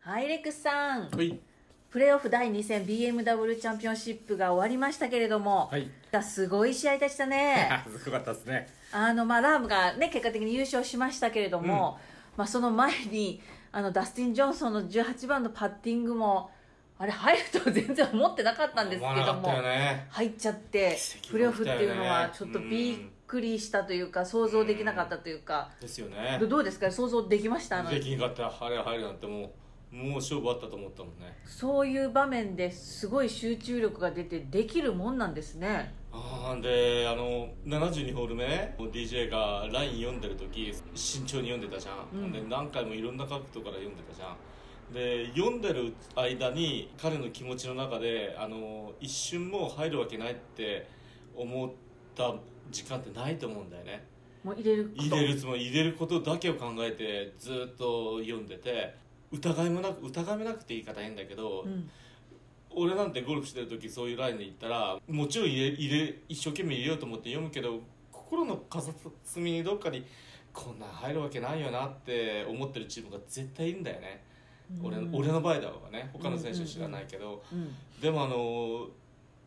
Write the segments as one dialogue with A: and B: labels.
A: はい、レックスさん。
B: はい、
A: プレーオフ第2戦 BMW チャンピオンシップが終わりましたけれども、
B: はい
A: すごい試合でした ね。
B: すごかったですね。
A: あの、まあ、ラームがね、結果的に優勝しましたけれども、まあ、その前に、あの、ダスティン・ジョンソンの18番のパッティングも、あれ、入るとは全然思ってなかったんですけ
B: 思わ
A: ど
B: な
A: も、
B: かったよね
A: 入っちゃって、プ
B: 奇
A: レーオ
B: 跡が
A: フ
B: 起
A: っ
B: き
A: て
B: たよね
A: いうのは、ちょっとびっくりしたというか、想像できなかったというか、
B: ですよね
A: ど。どうですか想像できましたあの
B: できんかったら、あれ入るなんてもう、もう勝負あったと思ったもんね。
A: そういう場面ですごい集中力が出てできるもんなんですね。
B: あーで、あの、72ホール目、DJ がライン読んでる時慎重に読んでたじゃん。
A: うん
B: で、何回もいろんな角度から読んでたじゃん。で、読んでる間に、彼の気持ちの中で、あの、一瞬もう入るわけないって思った時間ってないと思うんだよね。
A: もう入れること。
B: 入れるつもり入れることだけを考えてずっと読んでて疑いもなく疑いもなくって言い方変だけど、
A: うん。
B: 俺なんてゴルフしてる時そういうラインで行ったらもちろん入れ入れ一生懸命入れようと思って読むけど心の片隅にどっかにこんなん入るわけないよなって思ってるチームが絶対いるんだよね、俺の俺の場合だろうがね他の選手は知らないけど、
A: うん。
B: でもあの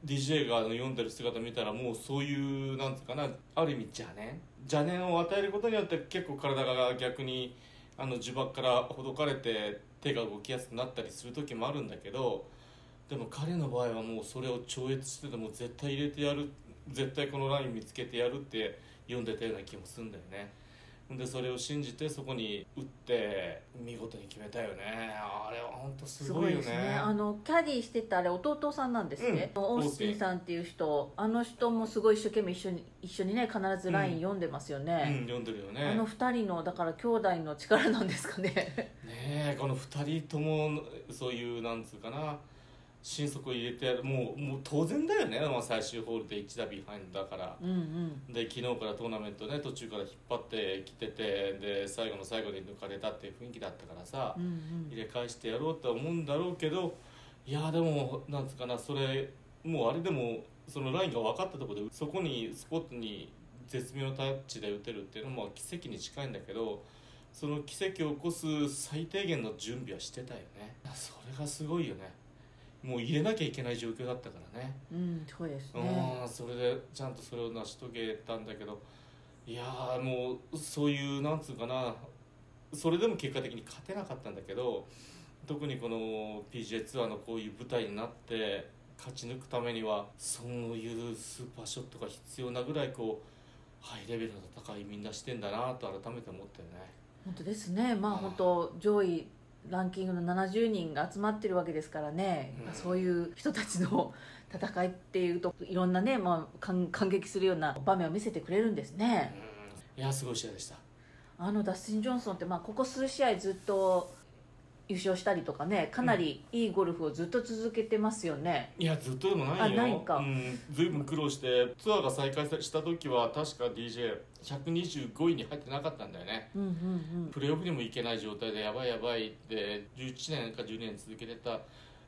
B: DJ があの読んでる姿見たらもうそういうなんつうかなある意味邪念邪念を与えることによって結構体が逆にあの呪縛からほどかれて手が動きやすくなったりする時もあるんだけどでも彼の場合はもうそれを超越してでも絶対入れてやる絶対このライン見つけてやるって読んでたような気もするんだよねでそれを信じてそこに打って見事に決めたよねあれは本当す
A: す
B: ご
A: ご
B: い
A: い
B: よ
A: ですね。あ
B: ね
A: の、キャディしてたあれ弟さんなんですね。
B: うん
A: オースティンさんっていう人、あの人もすごい一生懸命一緒に、一緒にね、必ずライン読んでますよ
B: うん
A: ね。
B: 読んでるよね
A: あの二人の、だから兄弟の力なんですかね。
B: ねえこの2人ともそういうなんつうかな心底を入れてやるもうもう当然だよね、まあ、最終ホールで1打ビハインドだから
A: うんうん。
B: で昨日からトーナメントね途中から引っ張ってきててで最後の最後で抜かれたっていう雰囲気だったからさ、
A: うんうん。
B: 入れ返してやろうとは思うんだろうけどいやでもなんつうかなそれもうあれでもそのラインが分かったところでそこにスポットに絶妙なタッチで打てるっていうのも奇跡に近いんだけどその奇跡を起こす最低限の準備はしてたよねそれがすごいよねもう入れなきゃいけない状況だったからね
A: うん、そうですね。
B: うんそれでちゃんとそれを成し遂げたんだけどいやーもうそういうなんつうかなそれでも結果的に勝てなかったんだけど特にこの PGA ツアーのこういう舞台になって勝ち抜くためにはそういうスーパーショットが必要なぐらいこうハイレベルの戦いみんなしてんだなと改めて思ったよね。
A: 本当ですね。まあ本当、上位、ランキングの70人が集まってるわけですからね、
B: うん
A: まあそういう人たちの 戦いっていうといろんなね、まあ、感感激するような場面を見せてくれるんです
B: うん
A: ね
B: いやすごい試合でした。
A: あのダスティン・ジョンソンって、まあ、ここ数試合ずっと優勝したりとかねかなりいいゴルフをずっと続けてますよね、
B: いやずっとでもないよ
A: あないか
B: うん、ずいぶん苦労してツアーが再開した時は確か DJ125 位に入ってなかったんだよね
A: うん、うんうん
B: プレーオフにも行けない状態でやばいやばいって11年か12年続けてた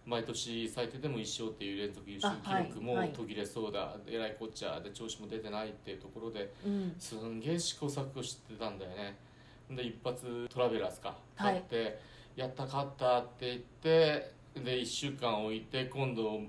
B: 毎年最低でも1勝っていう連続優勝記録
A: あはい
B: も
A: はい
B: 途切れそうだ、えらいこっちゃで調子も出てないっていうところで
A: うん
B: すんげえ試行錯誤してたんだよねで一発トラベラーズか
A: はい
B: 勝って、やった勝ったって言ってで1週間置いて今度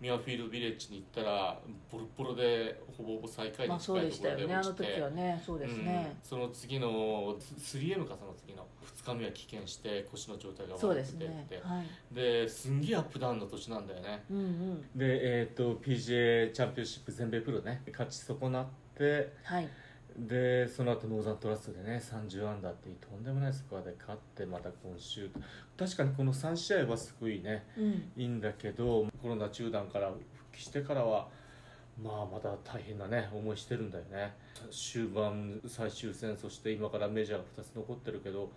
B: ミュアフィールドビレッジに行ったらボロボロでほぼほぼ最下位
A: まあ
B: に
A: そうで
B: 近いと
A: し
B: こ
A: た
B: ろ
A: よ
B: で
A: ねあの
B: 落ち
A: 時
B: て、
A: はねそうですね
B: うん、その次の 3M かその次の2日目は棄権して腰の状態が
A: そう
B: 悪
A: で
B: く
A: す
B: て
A: ね
B: って
A: はい
B: ですんげえアップダウンの年なんだよね、
A: うんうん
B: で、えー、と PGA チャンピオンシップ全米プロね勝ち損なって
A: はい
B: でその後ノーザントラストでね30アンダーっていうとんでもないスコアで勝ってまた今週確かにこの3試合はすごいね
A: うん
B: いいんだけどコロナ中断から復帰してからはまあまた大変なね思いしてるんだよね終盤最終戦そして今からメジャーが2つ残ってるけど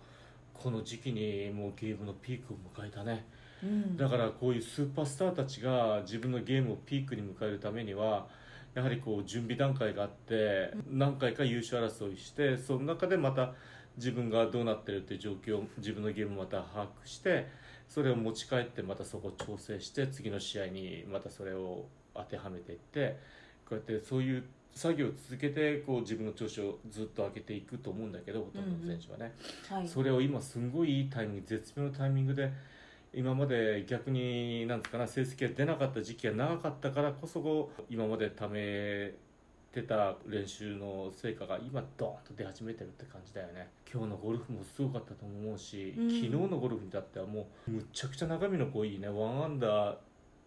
B: この時期にもうゲームのピークを迎えたね
A: うん
B: だからこういうスーパースターたちが自分のゲームをピークに迎えるためにはやはりこう準備段階があって何回か優勝争いしてその中でまた自分がどうなってるっていう状況を自分のゲームをまた把握してそれを持ち帰ってまたそこを調整して次の試合にまたそれを当てはめていってこうやってそういう作業を続けてこう自分の調子をずっと上げていくと思うんだけどほとんどの選手はね。
A: はい
B: それを今すんごいいいタイミング絶妙なタイミングで今まで逆になんですかな成績が出なかった時期が長かったからこそ今までためてた練習の成果が今ドーンと出始めてるって感じだよね今日のゴルフもすごかったと思うし、
A: うん
B: 昨日のゴルフに至ってはもうむちゃくちゃ中身の濃いね1アンダー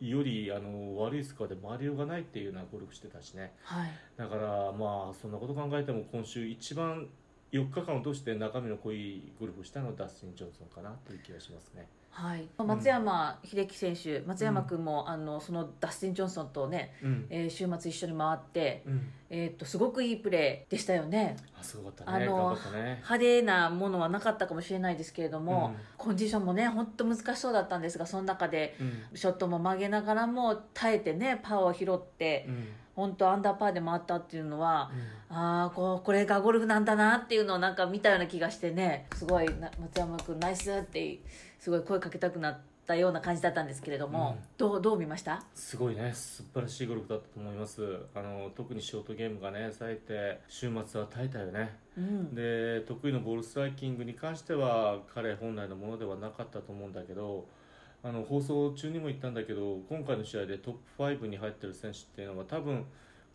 B: よりあの悪いスコアで回りようがないっていうようなゴルフしてたしね
A: はい
B: だからまあそんなこと考えても今週一番4日間を通して中身の濃いゴルフをしたのはダスティン・ジョンソンかなという気がしますね。
A: はい、
B: ん
A: 松山英樹選手、松山君も、あのそのダスティン・ジョンソンとね、
B: うん
A: えー週末一緒に回って、
B: うん、
A: えーっとすごくいいプレーでしたよね
B: あすごかった
A: あ
B: ね頑
A: の
B: 張ったね。
A: 派手なものはなかったかもしれないですけれども、
B: うん
A: コンディションもね本当難しそうだったんですがその中で
B: うん
A: ショットも曲げながらも耐えてねパーを拾って
B: うん
A: 本当アンダーパーで回ったっていうのは
B: う、ん
A: ああこうこれがゴルフなんだなっていうのをなんか見たような気がしてねすごいな松山君ナイスってすごい声かけたくなったような感じだったんですけれども、
B: うん
A: どうどう見ました
B: すごいね素晴らしいゴルフだったと思いますあの特にショートゲームがね冴えて週末は耐えたよね
A: うん
B: で得意のボールストライキングに関しては彼本来のものではなかったと思うんだけどあの放送中にも言ったんだけど今回の試合でトップ5に入ってる選手っていうのは多分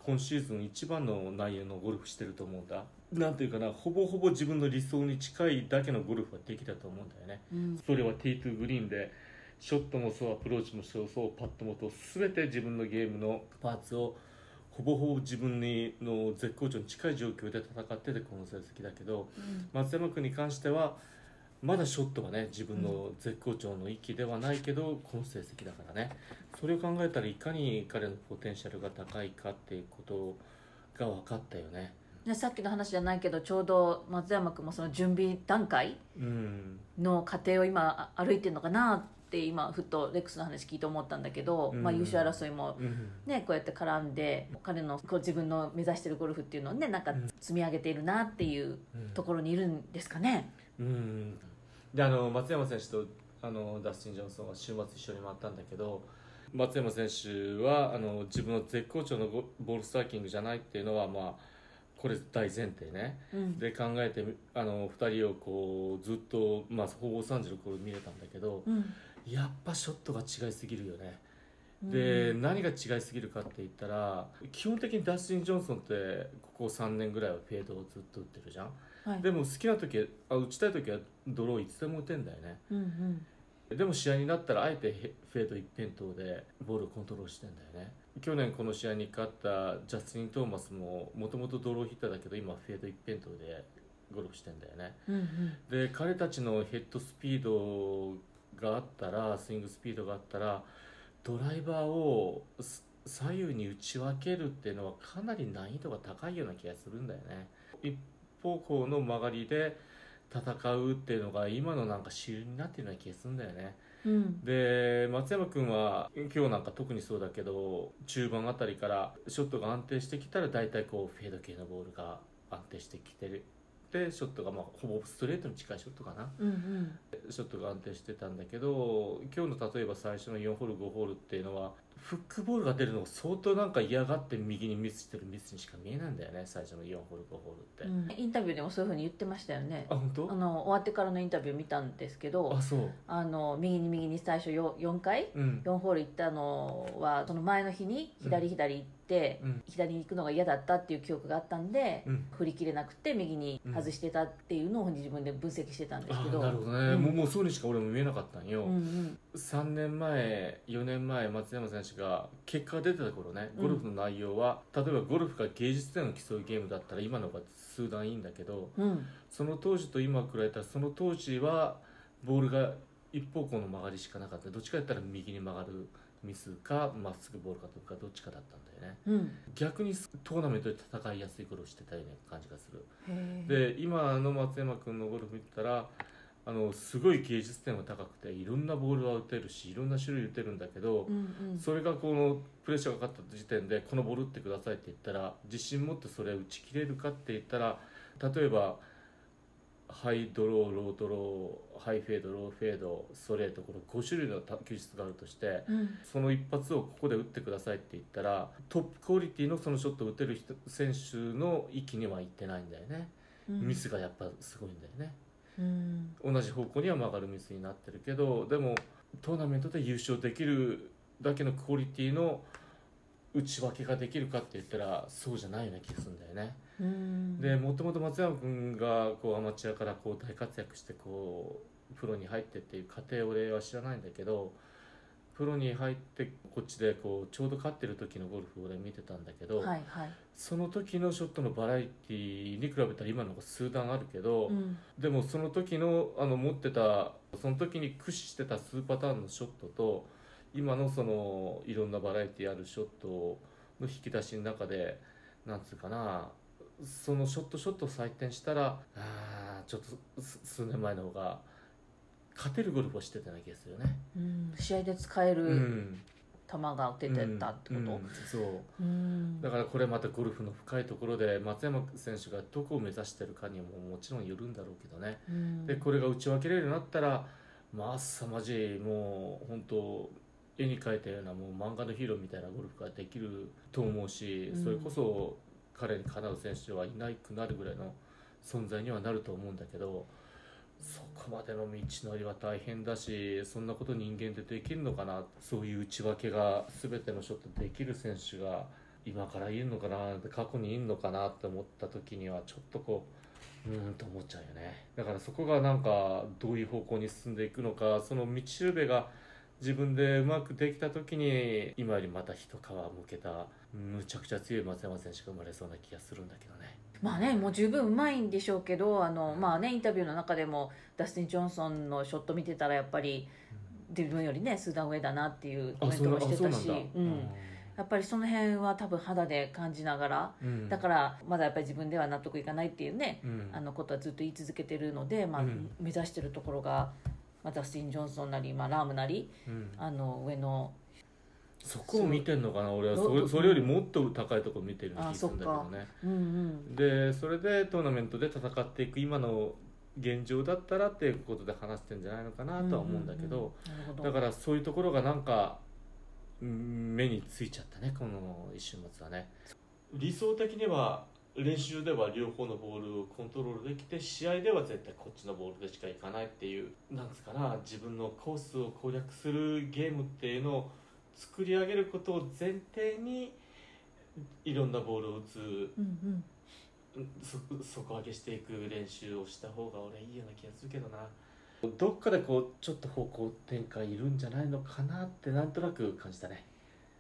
B: 今シーズン一番の内容のゴルフしてると思うんだなんていうかなほぼほぼ自分の理想に近いだけのゴルフはできたと思うんだよね
A: うん
B: それは T2 グリーンでショットもそうアプローチもそうそうパットもそう全て自分のゲームのパーツをほぼほぼ自分にの絶好調に近い状況で戦っててこの成績だけど
A: うん
B: 松山君に関してはまだショットがね自分の絶好調の域ではないけど、この成績だからねそれを考えたらいかに彼のポテンシャルが高いかっていうことが分かったよね。
A: ね、さっきの話じゃないけどちょうど松山君もその準備段階
B: うん
A: の過程を今あ歩いてるのかなって今ふっとレックスの話聞いて思ったんだけど、
B: うん
A: まあ、優勝争いも
B: うん
A: ね、こうやって絡んで彼のこう自分の目指してるゴルフっていうのをねなんか
B: うん
A: 積み上げているなっていう
B: うん
A: ところにいるんですかね。
B: うんであの松山選手とあのダスティン・ジョンソンは週末一緒に回ったんだけど松山選手はあの自分の絶好調のゴボールストライキングじゃないっていうのは、まあ、これ大前提ね
A: うん
B: で考えてみあの2人をこうずっと、まあ、ほぼ36を見れたんだけど
A: うん
B: やっぱショットが違いすぎるよね。
A: うん
B: で、何が違いすぎるかって言ったら基本的にダスティン・ジョンソンってここ3年ぐらいはフェードをずっと打ってるじゃん。
A: はい
B: でも好きな時あ打ちたい時はドローいつでも打てんだよね
A: うんうん
B: でも試合になったらあえてヘフェード一辺倒でボールをコントロールしてんだよね去年この試合に勝ったジャスティン・トーマスももともとドローヒッターだけど今フェード一辺倒でゴルフしてんだよね
A: うんうん
B: で彼たちのヘッドスピードがあったらスイングスピードがあったらドライバーをす左右に打ち分けるっていうのはかなり難易度が高いような気がするんだよね一方向の曲がりで戦うっていうのが今のなんか主流になってるような気がするんだよね
A: うん
B: で松山君は今日なんか特にそうだけど中盤あたりからショットが安定してきたら大体こうフェード系のボールが安定してきてるでショットがまあほぼストレートに近いショットかな
A: うんうん
B: ショットが安定してたんだけど今日の例えば最初の4ホール5ホールっていうのはフックボールが出るのを相当なんか嫌がって右にミスしてるミスにしか見えないんだよね最初の4ホール5ホールって、
A: うんインタビューでもそういうふうに言ってましたよね
B: あ。本当
A: あの終わってからのインタビュー見たんですけど
B: あそう
A: あの右に右に最初よ4回
B: うん
A: 4ホール行ったのはその前の日に左左行って、
B: うん
A: 左に行くのが嫌だったっていう記憶があったんで、
B: うん
A: 振り切れなくて右に外してたっていうのを自分で分析してたんです
B: あ
A: けど
B: なるほどね、
A: うん
B: もうもうそうにしか俺も見えなかったんよ、
A: うんうん
B: 3年前4年前松山選手が結果が出てた頃ねゴルフの内容は、例えばゴルフが芸術点を競うゲームだったら今の方が数段いいんだけど
A: うん
B: その当時と今比べたらその当時はボールが一方向の曲がりしかなかったどっちかやったら右に曲がるミスかまっすぐボールか飛ぶかどっちかだったんだよね
A: うん
B: 逆にトーナメントで戦いやすいゴルフしてたような感じがする
A: へー
B: で今の松山君のゴルフ見たらあのすごい芸術点が高くていろんなボールは打てるしいろんな種類打てるんだけど
A: う、んうん
B: それがこのプレッシャーがかかった時点でこのボール打ってくださいって言ったら自信持ってそれ打ち切れるかって言ったら例えばハイドローロードローハイフェードローフェードストレートこの5種類の球質があるとして
A: うん
B: その一発をここで打ってくださいって言ったらトップクオリティのそのショットを打てる人選手の域にはいってないんだよね。
A: うん
B: ミスがやっぱすごいんだよね
A: うん
B: 同じ方向には曲がるミスになってるけどでもトーナメントで優勝できるだけのクオリティの内訳ができるかって言ったらそうじゃないような気がするんだよね。
A: うん
B: でもともと松山君がこうアマチュアからこう大活躍してこうプロに入ってっていう過程を俺は知らないんだけどプロに入ってこっちでこうちょうど勝ってる時のゴルフを俺見てたんだけど、
A: はいはい、
B: その時のショットのバラエティに比べたら今の方が数段あるけど、
A: うん
B: でもその時のあの持ってたその時に駆使してた数パターンのショットと今のそのいろんなバラエティあるショットの引き出しの中でなんつうかなそのショットショットを採点したらあーちょっとす数年前の方が勝てるゴルフをしてたような気がするよね。
A: うん、試合で使え
B: う
A: る
B: ん、
A: 球が打ててたってこ
B: うん
A: と
B: うんそ
A: う
B: う
A: ん
B: だからこれまたゴルフの深いところで松山選手がどこを目指してるかにももちろんよるんだろうけどね
A: うん
B: でこれが打ち分けれるようになったらまあ凄まじいもう本当絵に描いたようなもう漫画のヒーローみたいなゴルフができると思うし
A: うん
B: それこそ彼にかなう選手はいなくなるぐらいの存在にはなると思うんだけどそこまでの道のりは大変だしそんなこと人間でできるのかなそういう内訳が全てのショットできる選手が今からいるのかな過去にいるのかなって思った時にはちょっとこううーんと思っちゃうよねだからそこがなんかどういう方向に進んでいくのかその道しるべが自分でうまくできた時に今よりまた一皮むけたむちゃくちゃ強い松山選手が生まれそうな気がするんだけどね
A: まあねもう十分うまいんでしょうけどあの、まあね、インタビューの中でもダスティン・ジョンソンのショット見てたらやっぱり自分よりね数段上だなっていうコ
B: あ
A: メン
B: そ
A: ト
B: うな
A: も
B: んだ
A: して
B: そう
A: た
B: なん
A: し
B: だ、
A: うん、やっぱりその辺は多分肌で感じながら
B: うん
A: だからまだやっぱり自分では納得いかないっていうね、
B: うん
A: あのことはずっと言い続けてるので、まあ
B: うん
A: 目指してるところが、まあ、ダスティン・ジョンソンなり、まあ、ラームなり
B: うん
A: あの上の
B: そこを見てんのかな俺はそ
A: ど
B: れそれよりもっと高いところ見てる気
A: あ
B: がするんだけどね
A: うんうん
B: でそれでトーナメントで戦っていく今の現状だったらっていうことで話してんじゃないのかなとは思うんだけど、、
A: うんうんうんなるほど
B: だからそういうところがなんかうん目についちゃったねこの一週末はね理想的には練習では両方のボールをコントロールできて試合では絶対こっちのボールでしかいかないっていうなんですかな自分のコースを攻略するゲームっていうのを作り上げることを前提にいろんなボールを打つ
A: うんうん
B: そ底上げしていく練習をした方が俺いいような気がするけどなどっかでこうちょっと方向転換いるんじゃないのかなってなんとなく感じたね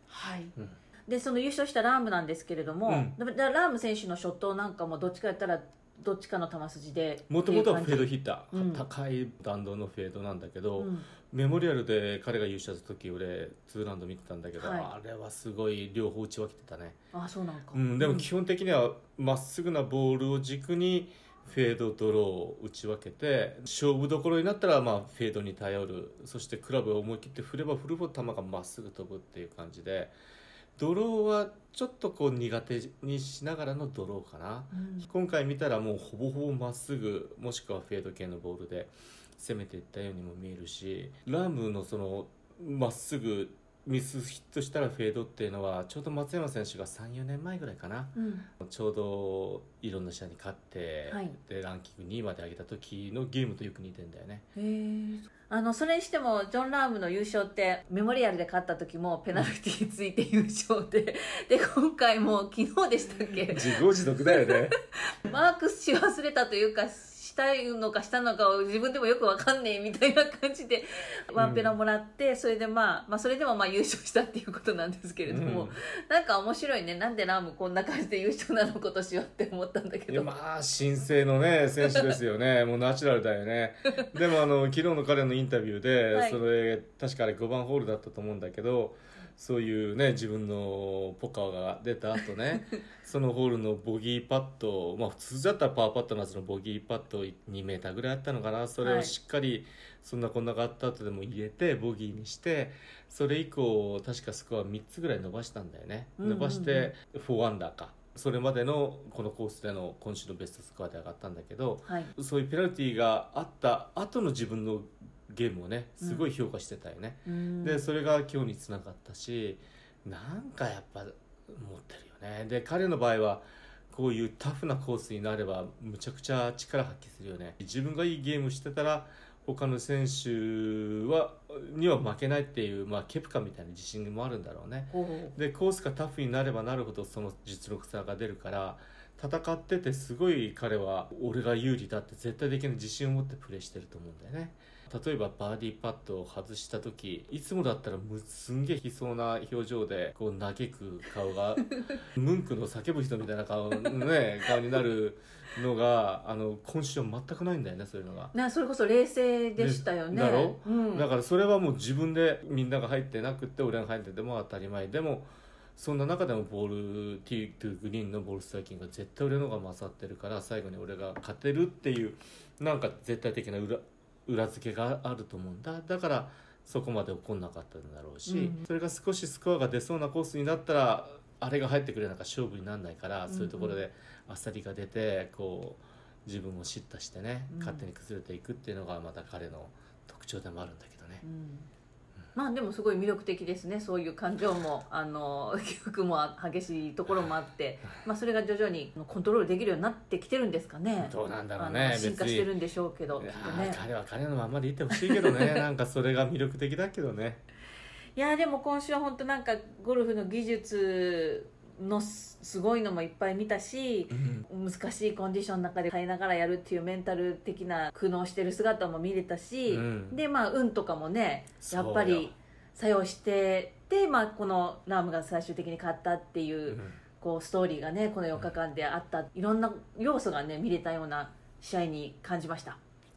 A: はい、
B: うん
A: でその優勝したラームなんですけれども、
B: うん
A: だだラーム選手のショットなんかもどっちかやったらどっちかの球筋で
B: もともとは
A: って
B: フ
A: いう感
B: ェードヒッター、
A: うん
B: 高い弾道のフェードなんだけど、
A: じ
B: メモリアルで彼が優勝した時俺ツーラウンド見てたんだけど、
A: はい
B: あれはすごい両方打ち分けてたね、
A: うん、あそうなんか、
B: うん、でも基本的にはまっすぐなボールを軸にフェードドローを打ち分けて勝負どころになったらまあフェードに頼るそしてクラブを思い切って振れば振るほど球がまっすぐ飛ぶっていう感じでドローはちょっとこう苦手にしながらのドローかな
A: うん
B: 今回見たらもうほぼほぼまっすぐもしくはフェード系のボールで攻めていったようにも見えるしラームのそのまっすぐミスヒットしたらフェードっていうのはちょうど松山選手が34年前ぐらいかな
A: うん
B: ちょうどいろんな試合に勝って、
A: はい
B: でランキング2位まで上げた時のゲームとよく似てんだよね
A: へーあのそれにしてもジョン・ラームの優勝ってメモリアルで勝った時もペナルティーついて優勝でで今回も昨日でしたっけ
B: 自業自得だ よね
A: マークし忘れたというかしたいのかしたのかを自分でもよくわかんねえみたいな感じでワンペナもらって、それでまあ、まあ、それでもまあ優勝したっていうことなんですけれども、なんか面白いねなんでラームこんな感じで優勝なの今年はって思ったんだけ
B: いや
A: ど、
B: まあ新生のね選手です よねもうナチュラルだよねでもあの昨日の彼のインタビューで、
A: はい
B: それ確かあれ5番ホールだったと思うんだけどそういうね自分のポカーが出た 後ねそのホールのボギーパットをまあ普通だったらパーパットのはずのボギーパット2メーターぐらいあったのかなそれ
A: は
B: を
A: い
B: しっかり、そんなこんながあった後でも入れてボギーにしてそれ以降確かスコア3つぐらい伸ばしたんだよね、
A: うんうんうん
B: 伸ばして4アンダーかそれまでのこのコースでの今週のベストスコアで上がったんだけど
A: はい、
B: そういうペナルティーがあった後の自分のゲームをねすごい評価してたよね、
A: うん
B: でそれが今日につながったしなんかやっぱ持ってるよねで彼の場合はこういうタフなコースになればむちゃくちゃ力発揮するよね自分がいいゲームしてたら他の選手はには負けないっていう、まあ、ケプカみたいな自信もあるんだろうね
A: ほうほ
B: でコースがタフになればなるほどその実力差が出るから戦っててすごい彼は俺が有利だって絶対的な自信を持ってプレーしてると思うんだよね例えばバーディーパットを外した時いつもだったらむすんげえ悲壮な表情でこう嘆く顔がムンクの叫ぶ人みたいな顔,、ね、顔になるのがあの今週は全くないんだよねそういうのが
A: うなそれこそ冷静でしたよね
B: だろ
A: うん、
B: だからそれはもう自分でみんなが入ってなくって俺が入ってても当たり前でもそんな中でもボールティートゥグリーンのボールストライキングが絶対俺の方が勝ってるから最後に俺が勝てるっていうなんか絶対的な裏 裏付けがあると思うんだだからそこまで怒んなかったんだろうし、
A: うん
B: それが少しスコアが出そうなコースになったらあれが入ってくれなんか勝負にならないから、そういうところであっさりが出てこう自分を叱咤してね
A: うん
B: 勝手に崩れていくっていうのがまた彼の特徴でもあるんだけどね
A: う。んまあでもすごい魅力的ですねそういう感情もあの 記憶も激しいところもあって、まあ、それが徐々にコントロールできるようになってきてるんですかね
B: どうなんだろう
A: あ
B: ね
A: の
B: 別に
A: 進化してるんでしょうけどき
B: い
A: っ
B: や
A: と
B: ー
A: ね
B: 彼は彼のままでいてほしいけ どねなんかそれが魅力的だけどね
A: いやーでも今週は本当なんかゴルフの技術のすすごいのもいっぱい見たし難しいコンディションの中で変えながらやるっていうメンタル的な苦悩してる姿も見れたし、
B: うん
A: でまあ運とかもね
B: そう
A: や
B: よ
A: っぱり作用してで、まあ、このラームが最終的に勝ったっていうう,、
B: ん
A: こうストーリーがねこの4日間であった、いろんな要素がね見れたような試合に感じま した。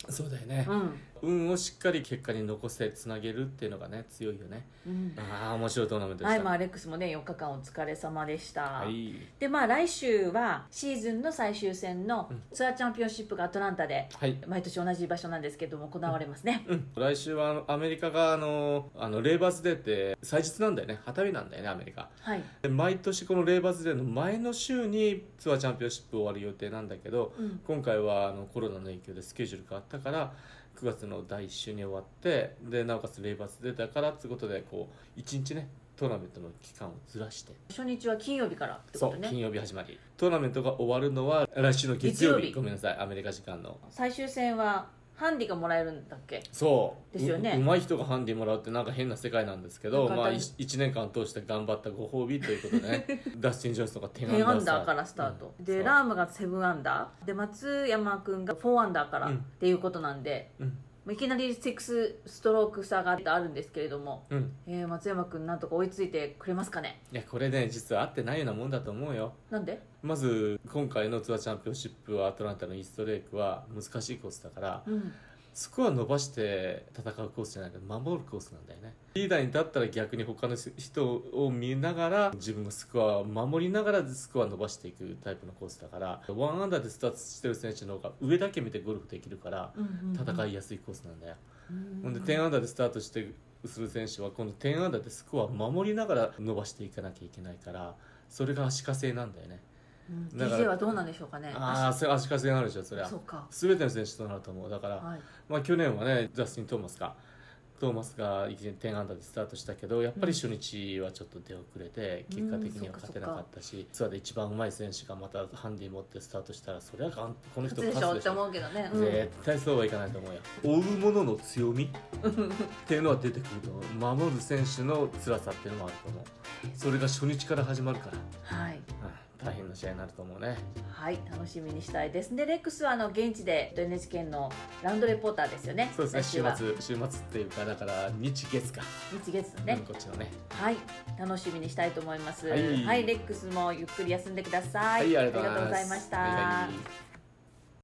B: そうだよね
A: う、ん
B: 運をしっかり結果に残せつなげるっていうのがね強いよね
A: うん
B: ああ面白いトーナメントで
A: は
B: し
A: い、
B: た
A: まあ、アレックスもね4日間お疲れ様でした、
B: はい
A: でまあ来週はシーズンの最終戦の
B: うん
A: ツアーチャンピオンシップがアトランタで
B: はい
A: 毎年同じ場所なんですけども行われますね、
B: うん、来週はあのアメリカがあのあのレイバースデーって祭日なんだよね旗日なんだよねアメリカ
A: はい、
B: で毎年このレイバースデーの前の週にツアーチャンピオンシップ終わる予定なんだけど
A: うん
B: 今回はあのコロナの影響でスケジュールがあったから9月の第1週に終わってでなおかつレイバースデーだからってことでこう1日ねトーナメントの期間をずらして
A: 初日は金曜日からって
B: そ
A: こと
B: う金
A: ね
B: 曜日始まりトーナメントが終わるのは来週の月曜日
A: 月曜日
B: ごめんなさいアメリカ時間の
A: 最終戦はハンディがもらえるんだっけ
B: そう
A: ですよね
B: ううまい人がハンディもらうってなんか変な世界なんですけ
A: な
B: ど、
A: んか
B: まあ、
A: だい
B: 1年間通して頑張ったご褒美ということでね ダスティン・ジョンスとか10
A: 10
B: ア
A: ア
B: ンダー
A: ンダーからスタート、
B: うんそ
A: で
B: う
A: ラームが7アンダーで松山君が4アンダーから
B: う
A: っ
B: ん
A: ていうことなんで、
B: うん
A: まあいきなり6ストローク差があるんですけれども、
B: うん
A: えー松山君なんとか追いついてくれますかね
B: いやこれね実は合ってないようなもんだと思うよ
A: なんで
B: まず今回のツアーチャンピオンシップはアトランタのイーストレイクは難しいコースだから
A: うん
B: スコア伸ばして戦うコースじゃなくて守るコースなんだよねリーダーに立ったら逆に他の人を見ながら自分のスコアを守りながらスコア伸ばしていくタイプのコースだからワンアンダーでスタートしてる選手の方が上だけ見てゴルフできるから
A: うんうん
B: 戦いやすいコースなんだよ、
A: うん
B: ほんで10アンダーでスタートしてする選手は今度10アンダーでスコアを守りながら伸ばしていかなきゃいけないからそれが足かせなんだよね
A: うん
B: だから
A: DJ はどうなんでしょうかね
B: ああそれ足かせになるでしょ
A: 足
B: そりゃ
A: そうか
B: 全ての選手となると思うだから、
A: はい
B: まあ、去年はねジャスティン・トーマスかトーマスが一年10アンダーでスタートしたけどやっぱり初日はちょっと出遅れて、
A: うん
B: 結果的には
A: うん
B: 勝てなかったし、ツアーで一番うまい選手がまたハンディ持ってスタートしたらそりゃこの
A: 勝つ
B: 人
A: でしょう
B: 勝つ
A: っ
B: でしてょ
A: 思うけどね、うん
B: 絶対そうはいかないと思うよ追う者の強みっていうのは出てくると思う守る選手の辛さっていうのもあると思うそれが初日から始まるから、
A: はい
B: うん大変な試合になると思うね
A: はい楽しみにしたいですでレックスはあの現地で NHK のラウンドレポーターですよね
B: そうですね
A: 来
B: 週
A: 週は
B: 末週末っていうかだから日月か、
A: 日月だ
B: う
A: ね
B: ん、こっちのね
A: はい楽しみにしたいと思います
B: はい
A: レックスもゆっくり休んでくださ、
B: はいい、ありがとうござい
A: ありがと
B: ま
A: うございますした、
B: はい